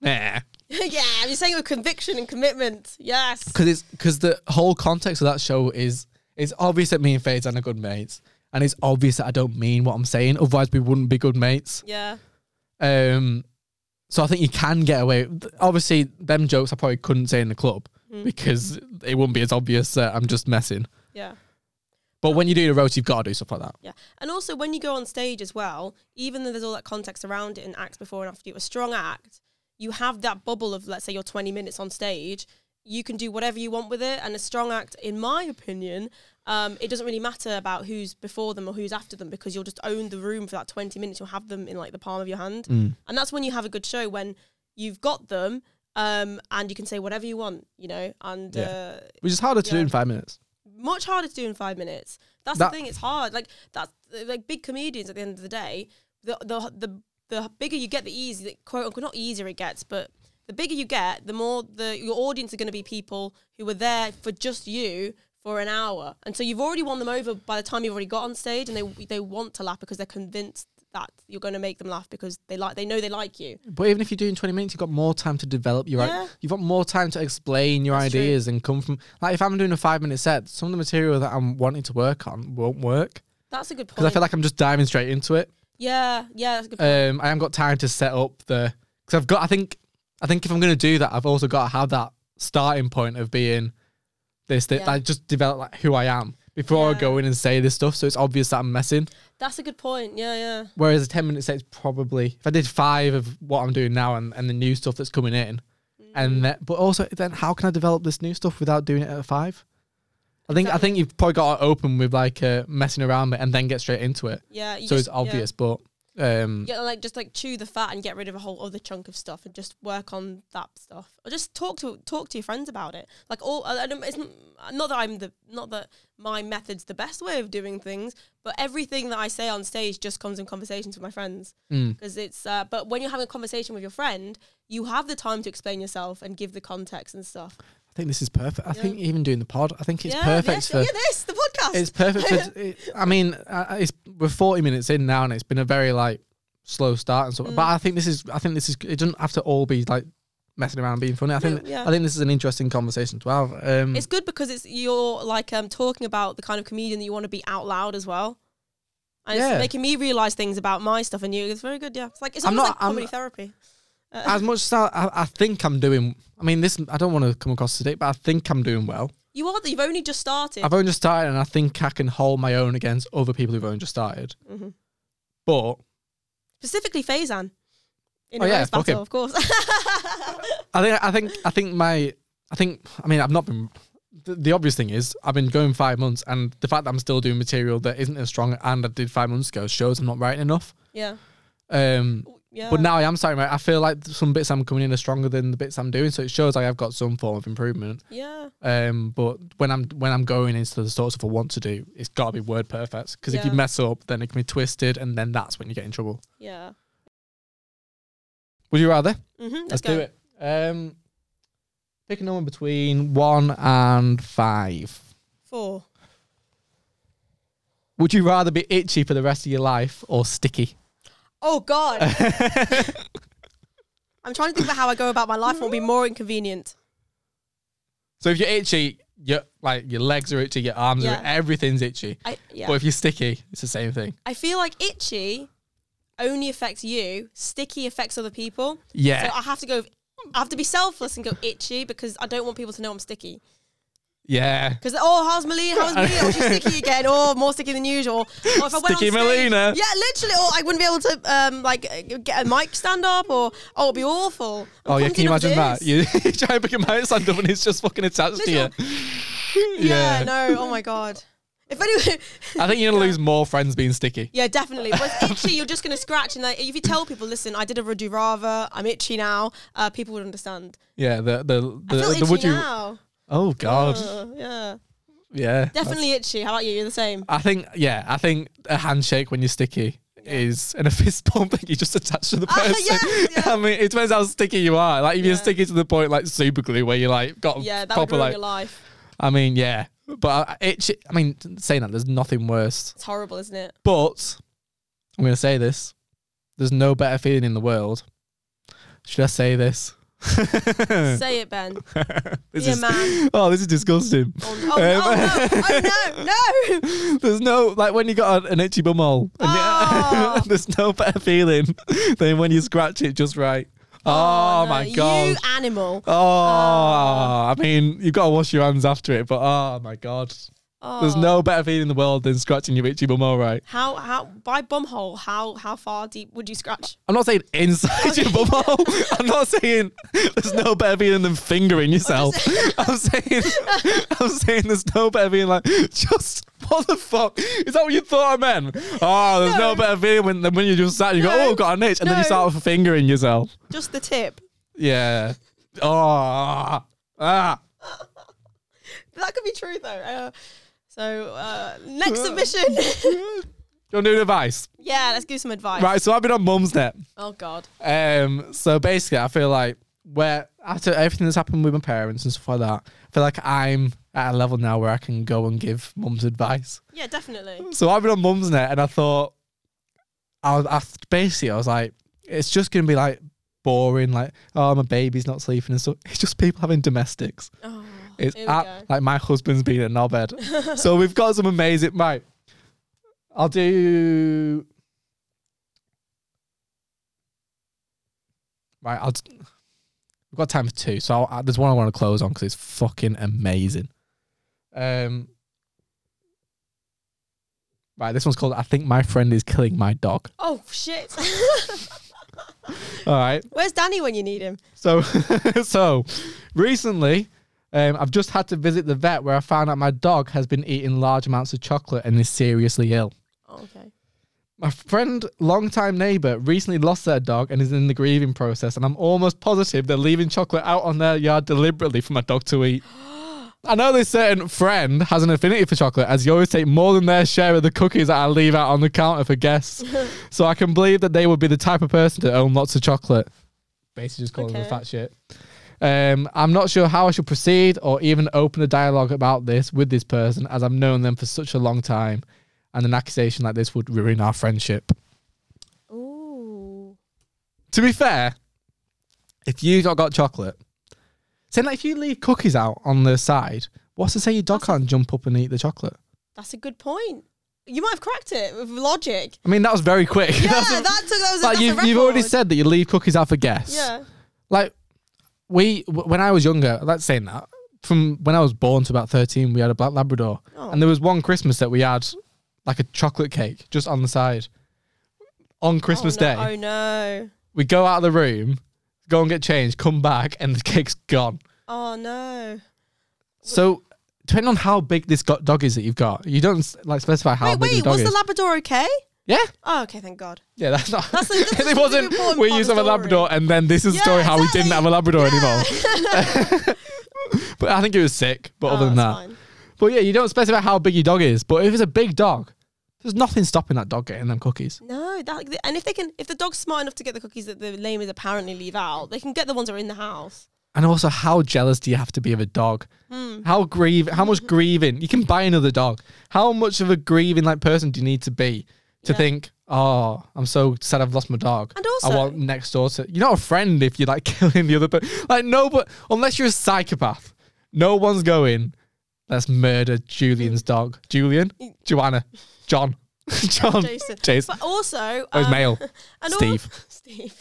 A: nah,
B: yeah, you're saying it with conviction and commitment. Yes.
A: because it's because the whole context of that show is it's obvious that me and Faizan are good mates, and it's obvious that I don't mean what I'm saying. Otherwise, we wouldn't be good mates.
B: Yeah.
A: Um, so I think you can get away. Obviously, them jokes I probably couldn't say in the club
B: Mm.
A: because it wouldn't be as obvious that I'm just messing.
B: Yeah.
A: But when you do the roast, you've got to do stuff like that.
B: Yeah. And also, when you go on stage as well, even though there's all that context around it and acts before and after you, a strong act, you have that bubble of, let's say, you're 20 minutes on stage. You can do whatever you want with it. And a strong act, in my opinion, um, it doesn't really matter about who's before them or who's after them because you'll just own the room for that 20 minutes. You'll have them in like the palm of your hand. And that's when you have a good show, when you've got them um, and you can say whatever you want, you know? And
A: Yeah.
B: uh,
A: Which is harder to do
B: Yeah.
A: in five minutes.
B: much harder to do in five minutes. That's
A: That-
B: the thing; it's hard. Like that's like big comedians. At the end of the day, the the the, the bigger you get, the easier the quote unquote not easier it gets, but the bigger you get, the more the your audience are going to be people who were there for just you for an hour, and so you've already won them over by the time you've already got on stage, and they they want to laugh because they're convinced that you're going to make them laugh because they like they know they like you.
A: But even if you're doing 20 minutes, you've got more time to develop your
B: Yeah.
A: i You've got more time to explain your
B: That's true.
A: ideas and come from. Like, if I'm doing a five minute set, some of the material that I'm wanting to work on won't work
B: That's a good
A: because I
B: point.
A: feel like I'm just diving straight into it.
B: yeah, yeah, that's a good. point.
A: Um, I haven't got time to set up the. Because I've got, I think, I think if I'm going to do that, I've also got to have that starting point of being this, that
B: Yeah.
A: I just develop like who I am before I
B: Yeah.
A: go in and say this stuff. So it's obvious that I'm messing.
B: that's a good point. Yeah, yeah,
A: Whereas a 10 minute set is probably, if I did five of what I'm doing now and, and the new stuff that's coming in,
B: Mm.
A: and that, but also then how can I develop this new stuff without doing it at five? I think I
B: Exactly.
A: think you've probably got to open with like uh, messing around with it and then get straight into it.
B: yeah. you
A: so
B: just-
A: it's
B: yeah.
A: obvious, but um,
B: Yeah, like just like chew the fat and get rid of a whole other chunk of stuff and just work on that stuff. Or just talk to talk to your friends about it. Like all, I I don't, it's n- not that I'm the not that my method's the best way of doing things, but everything that I say on stage just comes in conversations with my friends
A: mm,
B: because it's. Uh, but when you're having a conversation with your friend, you have the time to explain yourself and give the context and stuff.
A: I think this is perfect. I
B: Yeah.
A: think even doing the pod, I think it's
B: yeah,
A: perfect
B: yes,
A: for.
B: yeah, this the podcast.
A: It's perfect for. It, I mean, uh, it's we're forty minutes in now, and it's been a very like slow start and stuff. But
B: Mm.
A: I think this is. I think this is. It doesn't have to all be like messing around and being funny. I think.
B: No, yeah.
A: I think this is an interesting conversation to have. Um,
B: it's good because it's you're like um talking about the kind of comedian that you want to be out loud as well. And
A: Yeah.
B: it's making me realize things about my stuff and you. It's very good, yeah. It's like it's
A: I'm
B: almost
A: not-
B: like comedy
A: I'm-
B: therapy.
A: as much as I, I, I think I'm doing. I mean, this. I don't want to come across today, but I think I'm doing well.
B: You are. You've only just started.
A: I've only just started, and I think I can hold my own against other people who've only just started.
B: Mhm.
A: But
B: Specifically, Faizan. In
A: Oh,
B: a
A: yeah,
B: roast
A: fuck
B: battle,
A: him.
B: of course.
A: I think I think I think my I think I mean I've not been the, the obvious thing is I've been going five months and the fact that I'm still doing material that isn't as strong and I did five months ago shows I'm not writing enough.
B: yeah.
A: Um,
B: Yeah.
A: but now I am starting. Right, I feel like some bits I'm coming in are stronger than the bits I'm doing, so it shows like I've got some form of improvement.
B: Yeah.
A: Um, but when I'm when I'm going into the sorts of I want to do, it's got to be word perfect because if you
B: Yeah.
A: mess up, then it can be twisted, and then that's when you get in trouble.
B: Yeah.
A: Would you rather?
B: Mm-hmm. Let's,
A: Let's
B: go.
A: do it. Um, pick a number between one and five.
B: Four.
A: Would you rather be itchy for the rest of your life or sticky?
B: Oh God. I'm trying to think about how I go about my life. Will be more inconvenient.
A: So if you're itchy, your like your legs are itchy, your arms
B: Yeah.
A: are everything's itchy.
B: I, yeah.
A: But if you're sticky, it's the same thing.
B: I feel like itchy only affects you. Sticky affects other people.
A: Yeah,
B: So ah, I have to go. I have to be selfless and go itchy because I don't want people to know I'm sticky.
A: yeah.
B: Because oh, how's Melina? How's Melina? Oh, she's sticky again. Oh, more sticky than usual. Or if I went on
A: Sticky
B: stage-
A: Melina.
B: Yeah, literally. Or I wouldn't be able to um like uh, get a mic stand up. Or oh, it'd be awful. I'm
A: Oh yeah,
B: clumsy
A: can you
B: enough to
A: imagine
B: do
A: that?
B: this.
A: You, you try and pick a mouse stand up and it's just fucking attached
B: Little-
A: to you.
B: yeah. No. Oh my god. If anyone.
A: I think you're gonna lose more friends being sticky.
B: Yeah, definitely. But it's itchy, you're just going to scratch. And like, if you tell people, listen, I did a Rudu Rava, I'm itchy now, uh, people would understand.
A: Yeah, the the
B: I feel
A: the, the
B: itchy
A: Uh, would you?
B: now.
A: Oh god,
B: Uh, yeah.
A: yeah.
B: Definitely itchy. How about you? You're the same.
A: I think yeah, I think a handshake when you're sticky is and a fist bump that you just attach to the
B: Ah,
A: person.
B: yes, yeah.
A: I mean, it depends how sticky you are. Like if you're
B: Yeah.
A: sticky to the point, like super glue, where you like got
B: Yeah, that would
A: proper
B: ruin
A: like.
B: your life.
A: I mean, yeah, but I- it. sh- I mean, saying that, there's nothing worse.
B: It's horrible, isn't it?
A: But I'm gonna say this: there's no better feeling in the world. Should I say this?
B: Say it, Ben.
A: this
B: Be a
A: is,
B: man.
A: oh, this is disgusting.
B: Oh, no. oh, no. Oh, no. No.
A: There's no like when you got an itchy bumhole. And
B: Oh.
A: you- there's no better feeling than when you scratch it just right. Oh,
B: no.
A: my god.
B: You Ah. animal.
A: oh, I mean, you've got to wash your hands after it, but oh my god.
B: Oh.
A: There's no better feeling in the world than scratching your itchy bumhole right.
B: How how by bumhole? How how far deep would you scratch?
A: I'm not saying inside your bumhole. I'm not saying there's no better feeling than fingering yourself. I'm saying I'm saying there's no better feeling like just what the fuck is that what you thought I meant? Oh, there's no,
B: No.
A: better feeling when, than when you just sat and you go,
B: No.
A: oh, I've got an itch, and then you
B: No.
A: start fingering yourself.
B: Just the tip.
A: Yeah. Oh. ah, Ah.
B: That could be true though. Uh, so uh, next submission.
A: Your new device,
B: yeah, let's give some advice.
A: right? So I've been on Mum's Net.
B: Oh God.
A: Um, so basically, I feel like where after everything that's happened with my parents and stuff like that, I feel like I'm at a level now where I can go and give mum's advice.
B: Yeah, definitely.
A: So I've been on mum's net, and I thought, I, was, I basically I was like, it's just gonna be like boring, like oh my baby's not sleeping and stuff. It's just people having domestics.
B: Oh,
A: It's
B: here we
A: at,
B: go.
A: like my husband's been a knobhead. so we've got some amazing. Right, I'll do. Right, I'll. t- We've got time for two, so I'll, uh, there's one I want to close on because it's fucking amazing. Um. Right, this one's called "I think my friend is killing my dog."
B: Oh shit.
A: All right.
B: Where's Danny when you need him?
A: So, so recently, um, I've just had to visit the vet where I found out my dog has been eating large amounts of chocolate and is seriously ill.
B: Oh, okay.
A: My friend, longtime neighbour, recently lost their dog and is in the grieving process, and I'm almost positive they're leaving chocolate out on their yard deliberately for my dog to eat. I know this certain friend has an affinity for chocolate, as you always take more than their share of the cookies that I leave out on the counter for guests. so I can believe that they would be the type of person to own lots of chocolate. Basically, just calling them
B: Okay.
A: fat shit. Um, I'm not sure how I should proceed or even open a dialogue about this with this person, as I've known them for such a long time, and an accusation like this would ruin our friendship.
B: Ooh.
A: To be fair, if you've not got chocolate, saying that if you leave cookies out on the side, what's to say your dog can't jump up and eat the chocolate?
B: That's a good point. You might have cracked it with logic.
A: I mean, that was very quick.
B: Yeah,
A: That's a-
B: that took that was a,
A: like
B: that's a
A: you've, you've already
B: record.
A: said that you leave cookies out for guests.
B: Yeah. Oh,
A: Like we, w- when I was younger, that's saying that from when I was born to about thirteen, we had a black Labrador,
B: Oh.
A: and there was one Christmas that we had like a chocolate cake just on the side. On Christmas
B: oh, no.
A: Day,
B: Oh no.
A: we go out of the room, go and get changed, come back, and the cake's gone.
B: Oh no.
A: So, depending on how big this go- dog is that you've got, you don't s- like specify how
B: Wait,
A: big the
B: wait,
A: dog
B: was
A: is.
B: the Labrador okay?
A: yeah,
B: Oh, okay, thank God.
A: yeah, that's not.
B: That's the- that's the
A: it
B: really
A: wasn't.
B: important
A: We
B: part
A: used
B: of
A: to
B: the
A: have a Labrador, and then this is the
B: Yeah,
A: story how we
B: exactly.
A: didn't have a Labrador anymore. but I think it was sick. But
B: Oh,
A: other than that,
B: that's fine.
A: but yeah, you don't specify how big your dog is. But if it's a big dog, there's nothing stopping that dog getting them cookies.
B: No, that and if they can, if the dog's smart enough to get the cookies that the lamers apparently leave out, they can get the ones that are in the house.
A: And also, how jealous do you have to be of a dog?
B: Hmm.
A: How grieve? How much grieving? You can buy another dog. How much of a grieving like person do you need to be to
B: Yeah.
A: think? Oh, I'm so sad I've lost my dog.
B: And
A: I
B: also-
A: want next door to. You're not a friend if you're like killing the other person. Like no, but unless you're a psychopath, no one's going. Let's murder Julian's dog. Julian, Joanna, John, John,
B: Jason.
A: Jason.
B: But also,
A: Oh, it's
B: um,
A: male.
B: and al-
A: Steve.
B: Steve.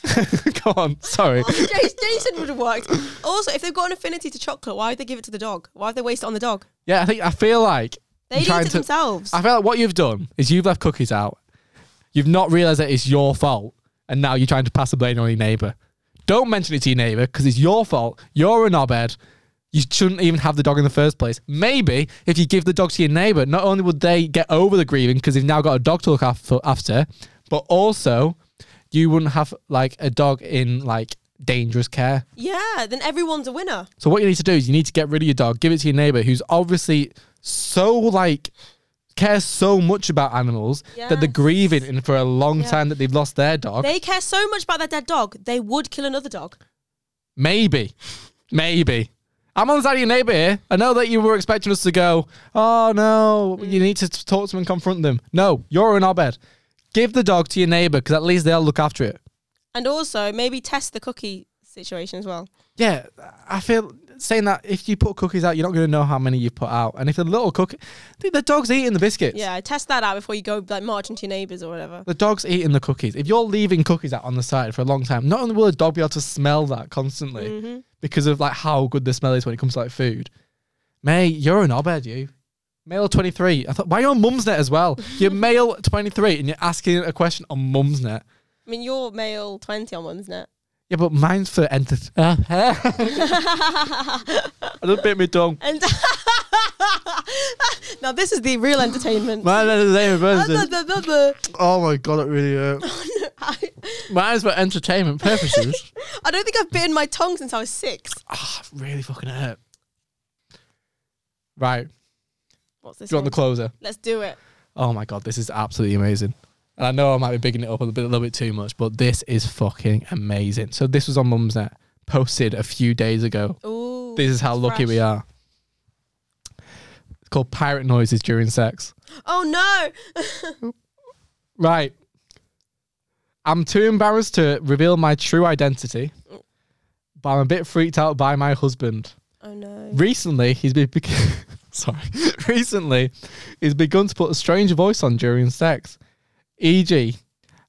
A: Go on. Sorry.
B: Jason, Jason would have worked. Also, if they've got an affinity to chocolate, why would they give it to the dog? Why would they waste it on the dog?
A: Yeah, I think I feel like
B: They
A: you're
B: eat
A: trying Ah.
B: it themselves.
A: I feel like what you've done is you've left cookies out. You've not realised that it's your fault, and now you're trying to pass the blame on your neighbour. Don't mention it to your neighbour because it's your fault. You're an obed. You shouldn't even have the dog in the first place. Maybe if you give the dog to your neighbour, not only would they get over the grieving because they've now got a dog to look after, after, but also you wouldn't have like a dog in like dangerous care.
B: yeah, then everyone's a winner.
A: So what you need to do is you need to get rid of your dog, give it to your neighbor who's obviously so like care so much about animals that they're
B: Yes.
A: grieving in for a long
B: Yeah.
A: time that they've lost their dog.
B: They care so much about their dead dog, they would kill another dog.
A: Maybe. Maybe. I'm on the side of your neighbour here. I know that you were expecting us to go, oh no,
B: Mm.
A: you need to t- talk to them and confront them. No, you're in our bed. Give the dog to your neighbour because at least they'll look after it.
B: And also, maybe test the cookie situation as well.
A: Yeah, I feel saying that if you put cookies out, you're not going to know how many you've put out. And if the little cookie, the, the dog's eating the biscuits.
B: Yeah, test that out before you go like marching to your neighbours or whatever.
A: The dog's eating the cookies. If you're leaving cookies out on the side for a long time, not only will the dog be able to smell that constantly because of like how good the smell is when it comes to like food. May, you're an obed, you. Male 23. I thought, why are you on Mumsnet as well? You're male 23 and you're asking a question on Mumsnet.
B: I mean, you're male 20 on one's net.
A: Yeah, but mine's for enter. I don't bit me tongue.
B: And now this is the real entertainment.
A: Mine is the same person.
B: I
A: Oh my god, it really hurt. Mine's for entertainment purposes.
B: don't think I've bitten my tongue since I was six.
A: Ah, it really fucking hurt. Right.
B: What's this?
A: Do you want the
B: one?
A: closer?
B: Let's do it.
A: Oh my god, this is absolutely amazing. And I know I might be bigging it up a little bit, a little bit too much, but this is fucking amazing. So this was on Mumsnet, posted a few days ago.
B: Ooh.
A: This is how
B: it's
A: lucky we
B: fresh.
A: are. It's called pirate noises during sex.
B: Oh no!
A: Right. I'm too embarrassed to reveal my true identity, but I'm a bit freaked out by my husband.
B: Oh no.
A: Recently, he's been bec- sorry. Recently, he's begun to put a strange voice on during sex, e.g.,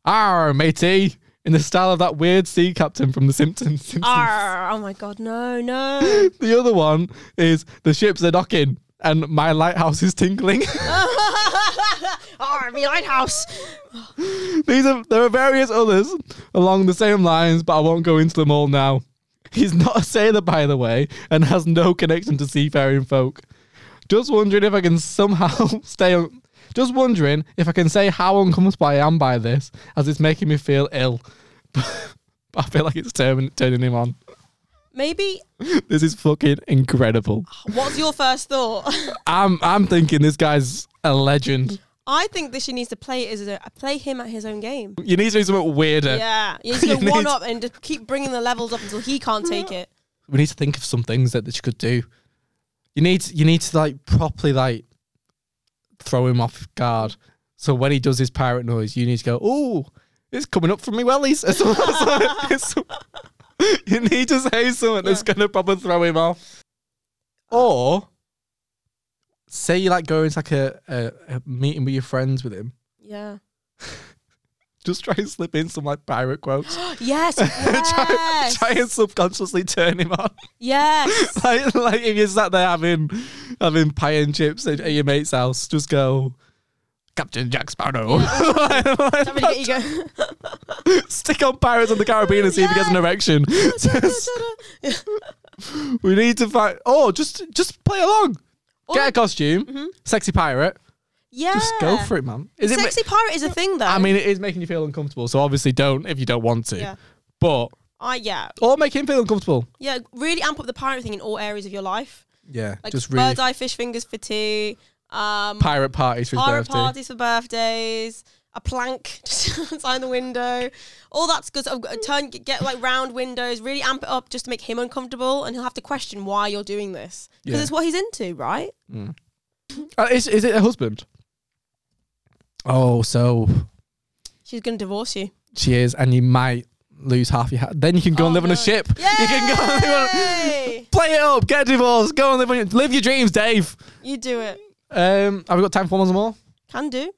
A: "Arr, matey," in the style of that weird sea captain from The Simpsons. Simpsons.
B: Arr, oh my god, no, no.
A: The other one is the ships are knocking and my lighthouse is tinkling.
B: Arr, me lighthouse.
A: These are there are various others along the same lines, but I won't go into them all now. He's not a sailor, by the way, and has no connection to seafaring folk. Just wondering if I can somehow stay on. Just wondering if I can say how uncomfortable I am by this, as it's making me feel ill. but I feel like it's turning turning him on.
B: Maybe.
A: This is fucking incredible.
B: What's your first thought?
A: I'm I'm thinking this guy's a legend.
B: I think that she needs to play it as a play him at his own game.
A: You need to do something weirder.
B: Yeah, you need to
A: You
B: go one
A: need-
B: up and just keep bringing the levels up until he can't take it.
A: we need to think of some things that she could do. You need you need to like properly like throw him off guard. So when he does his pirate noise, you need to go, "Oh, it's coming up from me wellies." Or something. It's- you need to say something that's gonna proper throw him off. Or say you like going to like a, a, a meeting with your friends with him.
B: Yeah.
A: Just try and slip in some like pirate quotes.
B: Yes.
A: try,
B: Yes.
A: try and subconsciously turn him on.
B: yes.
A: like, like if you sat there having having pie and chips at, at your mate's house, just go Captain Jack Sparrow. Like- like,
B: Don't really get you go.
A: stick on Pirates of the Caribbean and see if he gets an
B: Yeah.
A: erection. we need to find. Oh, just just play along. Get a costume, sexy pirate.
B: Mm-hmm. yeah.
A: Just go for it, man. Is
B: Sexy
A: it?
B: pirate is a thing, though.
A: I mean, it is making you feel uncomfortable, so obviously don't if you don't want to.
B: Yeah.
A: But
B: I yeah,
A: or make him feel uncomfortable.
B: yeah. Really amp up the pirate thing in all areas of your life.
A: Yeah,
B: Like
A: just really
B: bird's eye fish fingers for tea. Um,
A: pirate parties for his
B: pirate
A: birthday.
B: parties for birthdays, a plank just outside the window, all that's good. So I've turn get like round windows, really amp it up just to make him uncomfortable, and he'll have to question why you're doing this because
A: Yeah.
B: it's what he's into, right?
A: Uh, is is it a husband? Oh, so
B: She's gonna divorce you.
A: she is, and you might lose half your. Ha- then you can go
B: Oh,
A: and live on
B: no.
A: a ship. You can go. And live on-
B: Yay!
A: play it up. Get a divorce. Go and live on your, live your dreams, Dave.
B: you do it.
A: Um, have we got time for one more?
B: Can do.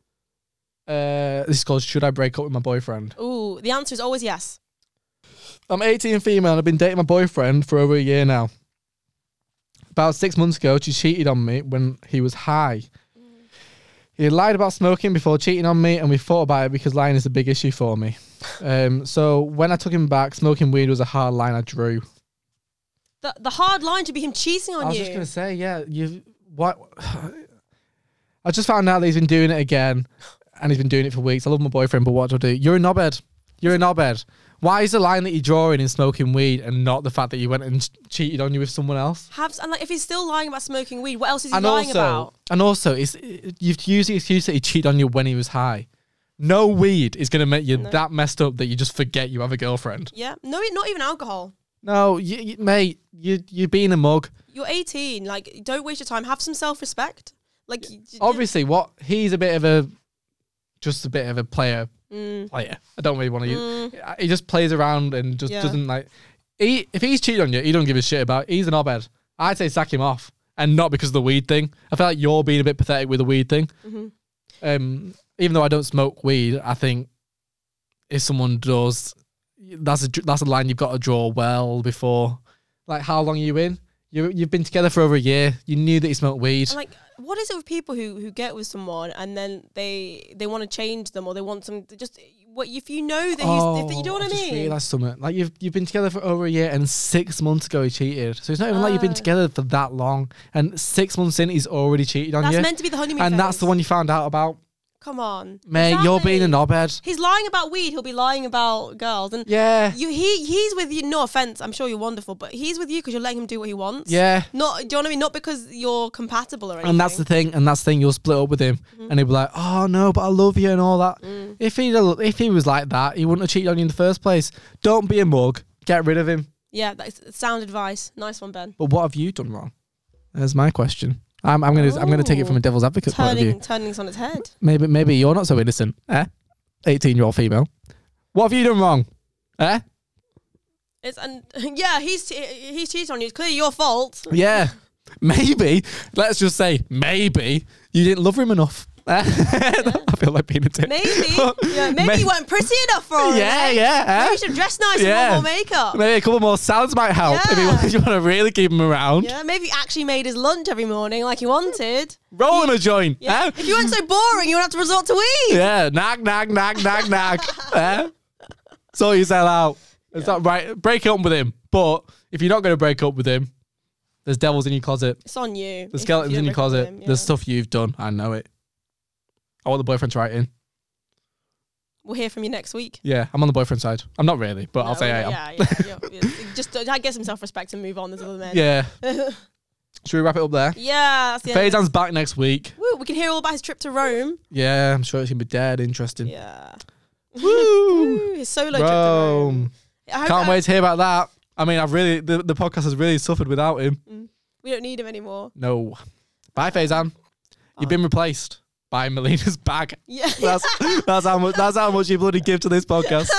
A: Uh, this is called "Should I Break Up with My Boyfriend?"
B: Ooh, the answer is always yes.
A: I'm 18 and female. and I've been dating my boyfriend for over a year now. About six months ago, she cheated on me when he was high. He had lied about smoking before cheating on me, and we fought about it because lying is a big issue for me. Um, so when I took him back, smoking weed was a hard line I drew.
B: The, the hard line should be him cheating on
A: I was
B: you.
A: just gonna say, yeah, you what? I just found out that he's been doing it again, and he's been doing it for weeks. I love my boyfriend, but what do I do? You're a knobhead. You're a knobhead. Why is the line that you're drawing in smoking weed and not the fact that you went and cheated on you with someone else?
B: Have and like if he's still lying about smoking weed, what else is he
A: and
B: lying
A: also,
B: about?
A: and also, it's you've used the excuse that he cheated on you when he was high. No weed is going to make you
B: No.
A: that messed up that you just forget you have a girlfriend.
B: Yeah, no, not even alcohol.
A: No, you, you, mate, you you're being a mug.
B: You're 18. Like, don't waste your time. Have some self respect. Like, y- y-
A: Obviously, what he's a bit of a, just a bit of a player
B: Mm,
A: player. I don't really want to use. uh,
B: mm,
A: He just plays around and just
B: Yeah.
A: doesn't like. He if he's cheated on you, he don't give a shit about. it. He's an obed. I'd say sack him off, and not because of the weed thing. I feel like you're being a bit pathetic with the weed thing.
B: mhm.
A: Um, even though I don't smoke weed, I think if someone does, that's a that's a line you've got to draw well before. Like, how long are you in? You you've been together for over a year. You knew that he smoked weed.
B: And, like, what is it with people who who get with someone and then they they want to change them or they want some just what if you know that he's if, you know what I
A: Oh, just
B: mean?
A: realised something. Like you've you've been together for over a year, and six months ago he cheated. So it's not even like you've been
B: Oh.
A: together for that long, and six months in he's already cheated on
B: That's
A: you,
B: meant to be the honeymoon.
A: and that's
B: phase.
A: the one you found out about.
B: Come on,
A: Mate, you're being a
B: Exactly.
A: knobhead.
B: He's lying about weed. He'll be lying about girls and.
A: Yeah,
B: You, he he's with you. No offense, I'm sure you're wonderful, but he's with you because you're letting him do what he wants.
A: yeah.
B: Not, do you know what I mean? Not because you're compatible or anything.
A: And that's the thing, and that's the thing. You'll split up with him,
B: Mm-hmm.
A: and he'll be like, "Oh no, but I love you and all that."
B: Mm.
A: If he if he was like that, he wouldn't have cheated on you in the first place. Don't be a mug. Get rid of him.
B: yeah. That's sound advice. Nice one, Ben.
A: But what have you done wrong? That's my question. I'm, I'm gonna I'm gonna take it from a
B: Ooh.
A: devil's advocate point of view.
B: Oh. Turning turning this on its head.
A: Maybe maybe you're not so innocent, eh? Eighteen year old female. What have you done wrong? Eh?
B: It's and yeah, he's he's cheating on you. It's clearly your fault.
A: Yeah. Maybe. Let's just say maybe you didn't love him enough. Eh? I feel like being a dick.
B: Maybe yeah, maybe
A: May-
B: you weren't pretty enough for him.
A: Yeah,
B: eh?
A: yeah.
B: Maybe
A: Eh?
B: you should dress nice
A: Yeah.
B: and wear more makeup.
A: Maybe a couple more sounds might help if you
B: Yeah.
A: want, if you want to really keep him around.
B: Yeah, maybe you actually made his lunch every morning like he wanted.
A: Roll him a joint.
B: Yeah.
A: Eh?
B: If you weren't so boring, you wouldn't have to resort to weed.
A: Yeah, knock, knock, knock, knock, knock. Eh? So you sell out. Is that right? Break up with him. But if you're not going to break up with him, there's devils in your closet.
B: It's on you.
A: The skeletons in your closet.
B: There's
A: There's stuff you've done. I know it. I want the boyfriend to write in.
B: We'll hear from you next week.
A: Yeah, I'm on the boyfriend side. I'm not really, but I'll
B: No,
A: say I am.
B: yeah, yeah, yeah, yeah. Just uh, get some self respect and move on. There's other men.
A: Yeah. Should we wrap it up there?
B: yeah, that's the end.
A: Faizan's back next week.
B: Woo, we can hear all about his trip to Rome.
A: Yeah, I'm sure it's gonna be dead interesting.
B: Yeah.
A: Woo!
B: Woo, his solo trip to Rome.
A: Rome.
B: I hope
A: Can't
B: that-
A: wait to hear about that. I mean, I've really the, the podcast has really suffered without him.
B: We don't need him anymore.
A: No. Bye, Faizan. You've been replaced by Melina's bag.
B: Yeah.
A: That's that's how much that's how much you bloody give to this podcast.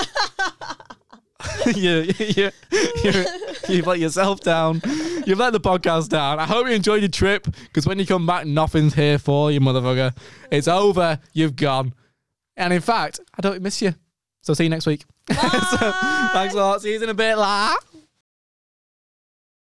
A: you, you, you, you've let yourself down. You've let the podcast down. I hope you enjoyed your trip because when you come back, nothing's here for you, motherfucker. It's over. You've gone. And in fact, I don't miss you. So see you next week. So, thanks a lot. See you in a bit. Lah.